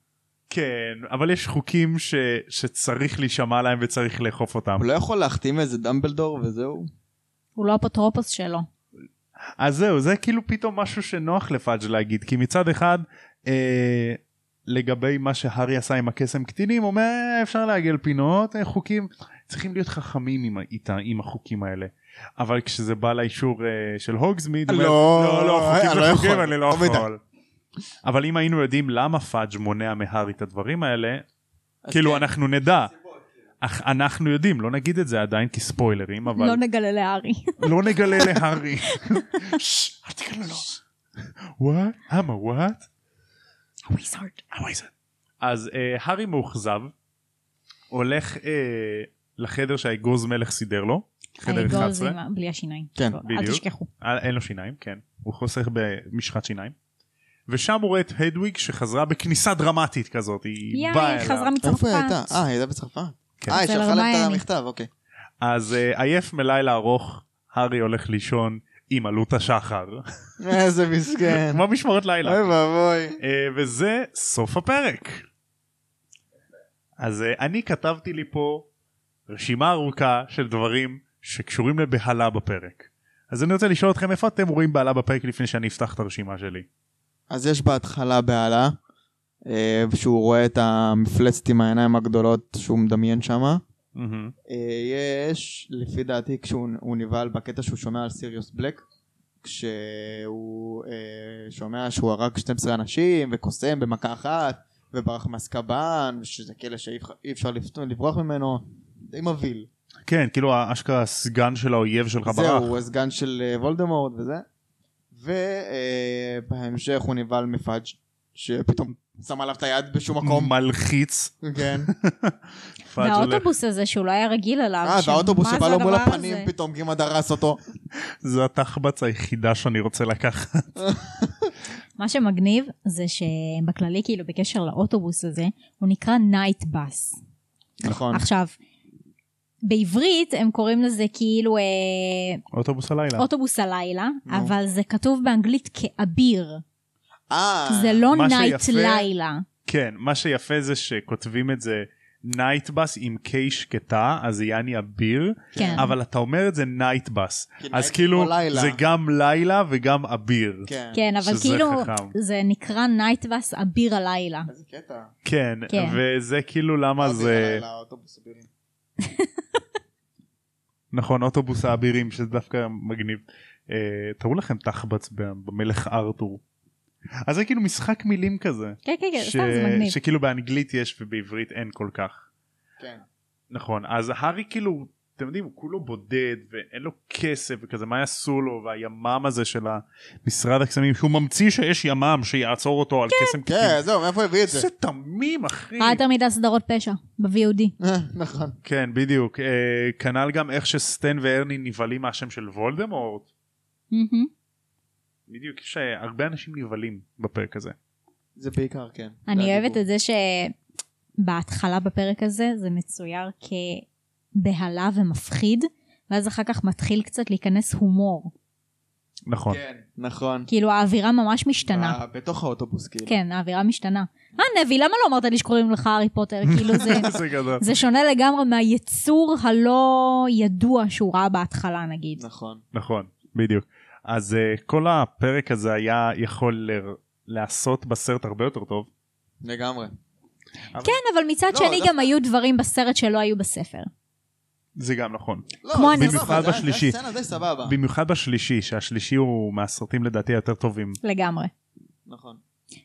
S1: כן אבל יש חוקים ש... שצריך להישמע להם וצריך לאכוף אותם
S2: הוא לא יכול להחתים איזה דמבלדור וזהו.
S3: הוא לא אפוטרופוס שלו.
S1: אז זהו זה כאילו פתאום משהו שנוח לפאג' להגיד כי מצד אחד אה, לגבי מה שהארי עשה עם הקסם קטינים אומר "אה, אפשר לעגל פינות אה, חוקים צריכים להיות חכמים עם, ה- איתה, עם החוקים האלה אבל כשזה בא לאישור אה, של הוגזמיד הוא אומר,
S2: לא,
S1: לא לא
S2: אני
S1: חוקים
S2: לא
S1: זה חוקים
S2: יכול,
S1: אני לא
S2: לא מדי."
S1: יכול. אבל אם היינו יודעים למה פאג' מונע מהארי את הדברים האלה
S2: אז
S1: כאילו
S2: כן.
S1: אנחנו נדע. אך אנחנו יודעים לא נגיד את זה עדיין כספוילרים אבל
S3: לא נגלה להארי.
S1: לא נגלה להארי. ששש, אל תגלה לו. וואט? אמה וואט?
S3: הוויזארד.
S1: אז אה, הארי מאוכזב, הולך אה, לחדר שהאגוז מלך סידר לו, חדר 11,
S3: בלי השיניים. לא,
S2: כן,
S3: אל
S1: בדיוק.
S3: תשכחו.
S1: אה, אין לו שיניים, כן, הוא חוסך במשחת שיניים. ושם הוא רואה את הדוויג שחזרה בכניסה דרמטית כזאת, היא באה
S3: יאי,
S1: אליו.
S3: חזרה מצרפת.
S2: איפה היא הייתה? אה, היא הייתה בצרפת?
S1: כן.
S2: אה, היא
S3: אצל
S2: שלחה להם את
S3: הרמיוני.
S2: המכתב, אוקיי.
S1: אז אה, עייף מלילה ארוך, הארי הולך לישון עם עלות [laughs] השחר,
S2: [laughs] איזה מסכן.
S1: כמו משמרות לילה.
S2: אוי ואבוי.
S1: אה, וזה סוף הפרק. אז אה, אני כתבתי לי פה רשימה ארוכה של דברים שקשורים לבהלה בפרק. אז אני רוצה לשאול אתכם איפה אתם רואים בהלה בפרק לפני שאני אפתח את הרשימה שלי.
S2: אז יש בהתחלה בהלה, אה, שהוא רואה את המפלצת עם העיניים הגדולות שהוא מדמיין שמה. אה, יש, לפי דעתי, כשהוא הוא נבהל בקטע שהוא שומע על סיריוס בלק, כשהוא אה, שומע שהוא הרג 12 אנשים וקוסם במכה אחת, וברח מאסקבן, שזה כלא שאי אפ- אי אפשר לפת- לברוח ממנו, די מבהיל.
S1: כן כאילו אשכרה הסגן של האויב שלך ברח.
S2: זהו, הוא הסגן של אה, וולדמורט וזה. ובהמשך הוא נבהל מפאג' שפתאום שם עליו את היד בשום מקום.
S1: מלחיץ.
S2: כן.
S3: [laughs]
S1: פאג' הולך.
S3: והאוטובוס הזה שהוא לא היה רגיל אליו.
S2: אה,
S3: שמה
S2: והאוטובוס
S3: זה
S2: שבא לו מול
S3: הדבר
S2: הפנים
S3: הזה?
S2: פתאום כמעט הרס אותו.
S1: זו התחבץ היחידה שאני רוצה לקחת.
S3: מה שמגניב זה שבכללי, כאילו, בקשר לאוטובוס הזה, הוא נקרא נייט בס.
S2: נכון.
S3: עכשיו, בעברית הם קוראים לזה כאילו אה,
S1: אוטובוס הלילה.
S3: אוטובוס הלילה,
S2: לא. נו.
S3: אבל זה כתוב באנגלית כאביר.
S2: אה,
S3: זה לא
S1: מה
S3: נייט
S1: שיפה-
S3: לילה.
S1: כן מה שיפה זה שכותבים את זה נייטבס עם קיי שקטה, אז זה יעני אביר,
S3: כן.
S1: אבל אתה אומר את זה נייטבס,
S2: כי נייט
S1: אז
S2: זה
S1: כאילו
S2: כמו לילה.
S1: זה גם לילה וגם אביר.
S2: כן.
S3: כן, אבל
S1: שזה
S3: כאילו,
S1: חכם.
S3: זה נקרא נייטבס אביר הלילה.
S2: איזה קטע. לא
S1: כן,
S3: כן.
S1: וזה כאילו למה זה... נכון, אוטובוס האבירים, שזה דווקא מגניב. אה, תארו לכם תחבץ ב- במלך ארתור. אז זה כאילו משחק מילים כזה.
S3: כן, כן, כן,
S1: ש-
S3: סתם זה מגניב.
S1: שכאילו באנגלית יש ובעברית אין כל כך.
S2: כן.
S1: נכון אז הארי כאילו אתם יודעים הוא כולו בודד ואין לו כסף וכזה מה יעשו לו והימ"מ הזה של המשרד הקסמים שהוא ממציא שיש ימ"מ שיעצור אותו על קסם
S2: כן, זהו, מאיפה הביא את זה?
S1: זה תמים אחי
S3: ראה אה, יותר מדי סדרות פשע, ב-VOD.
S2: [laughs] נכון.
S1: כן בדיוק אה, כנ"ל גם איך שסטן והרני נבהלים מהשם של וולדמורט
S3: מהמם.
S1: בדיוק יש אה, הרבה אנשים נבהלים בפרק הזה
S2: זה בעיקר, כן.
S3: אני אוהבת את זה שבהתחלה בפרק הזה זה מצויר כבהלה ומפחיד, ואז אחר כך מתחיל קצת להיכנס הומור.
S1: נכון
S2: כן, נכון.
S3: כאילו האווירה ממש
S1: אה.
S3: משתנה.
S2: ב- בתוך האוטובוס, כאילו.
S3: כן, האווירה משתנה. אה, נבי, למה לא אמרת לי שקוראים לך הארי פוטר? כאילו
S2: כן.
S3: זה...
S1: [laughs] זה גדול.
S3: זה שונה לגמרי מהיצור הלא ידוע שהוא ראה בהתחלה נגיד.
S2: נכון.
S1: נכון, בדיוק. אז uh, כל הפרק הזה היה יכול ל- לעשות בסרט הרבה יותר טוב.
S2: לגמרי.
S3: כן, אבל מצד
S2: לא,
S3: שני
S2: דווקא-
S3: גם היו דברים בסרט שלא היו בספר.
S1: זה גם נכון.
S2: לא,
S3: כמו
S2: זה
S3: אני-
S2: סבבה,
S1: במיוחד
S2: זה- זה
S1: בשלישי.
S2: הסצנה די סבבה.
S1: במיוחד בשלישי, שהשלישי הוא מהסרטים לדעתי היותר טובים.
S3: לגמרי.
S2: נכון.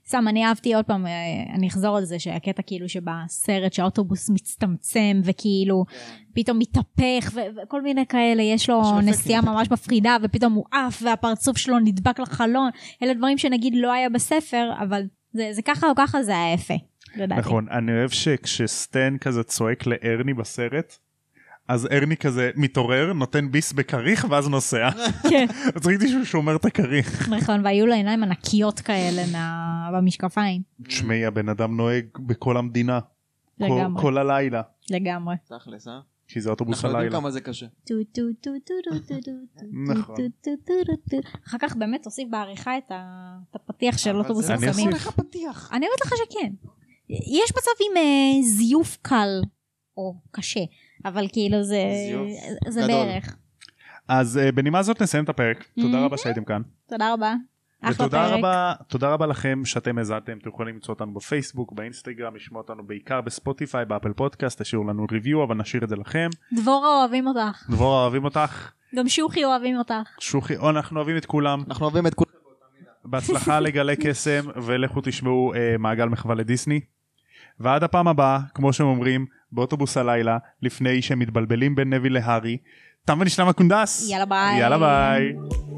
S3: סתם, אני אהבתי עוד פעם, אה, אני אחזור על זה, שהקטע כאילו שבסרט שהאוטובוס מצטמצם וכאילו
S2: כן.
S3: פתאום מתהפך ו- וכל מיני כאלה, יש לו
S2: יש לו אפקטים,
S3: נסיעה ממש מפחידה ופתאום הוא עף והפרצוף שלו נדבק לחלון, אלה דברים שנגיד לא היה בספר, אבל זה, זה ככה או ככה זה היה יפה, לדעתי.
S1: נכון, אני אוהב שכשסטן כזה צועק לארני בסרט, אז ארני כזה מתעורר, נותן ביס בכריך ואז
S3: [laughs]
S1: נוסע.
S3: [laughs] כן,
S1: אז ראיתי שהוא שומר את הכריך.
S3: נכון, והיו לו עיניים ענקיות כאלה מה... במשקפיים,
S1: תשמעי, הבן אדם נוהג בכל המדינה. כל-
S3: לגמרי,
S1: כל הלילה.
S3: לגמרי.
S2: תכלס, אה?
S1: כי זה אוטובוס
S2: אנחנו יודעים
S1: הלילה.
S2: כמה זה קשה.
S3: טו טו טו טו טו טו טו טו
S1: נכון.
S3: טו טו טו טו טו. אחר כך באמת תוסיף בעריכה את ה- את הפתיח של אוטובוס
S1: זה- אני
S3: הקסמים.
S1: אוסיף.
S2: הפתיח.
S3: אני אומרת לך שכן. יש מצב עם אה, זיוף קל או קשה, אבל כאילו זה
S2: זיוף
S3: זה
S2: גדול.
S3: בערך.
S1: אז אה, בנימה זאת נסיים את הפרק. תודה
S3: Mhm.
S1: רבה שהייתם כאן.
S3: תודה רבה. אחלה
S1: ותודה
S3: פרק.
S1: רבה, תודה רבה לכם שאתם האזנתם, אתם יכולים למצוא אותנו בפייסבוק, באינסטגרם, לשמוע אותנו בעיקר בספוטיפיי, באפל פודקאסט, תשאירו לנו ריוויו, אבל נשאיר את זה לכם.
S3: דבורה אוהבים אותך.
S1: דבורה אוהבים אותך,
S3: גם שוחי אוהבים אותך.
S1: שוחי, או, אנחנו אוהבים את כולם,
S2: אנחנו אוהבים את כולם.
S3: [laughs]
S1: בהצלחה לגלי קסם, ולכו תשמעו אה, מעגל מחווה לדיסני. ועד הפעם הבאה, כמו שהם אומרים, באוטובוס הלילה, לפני שהם מתבלבלים בין נבי להארי, תם ונשלם הקונדס!
S3: יאללה ביי.
S1: יאללה ביי!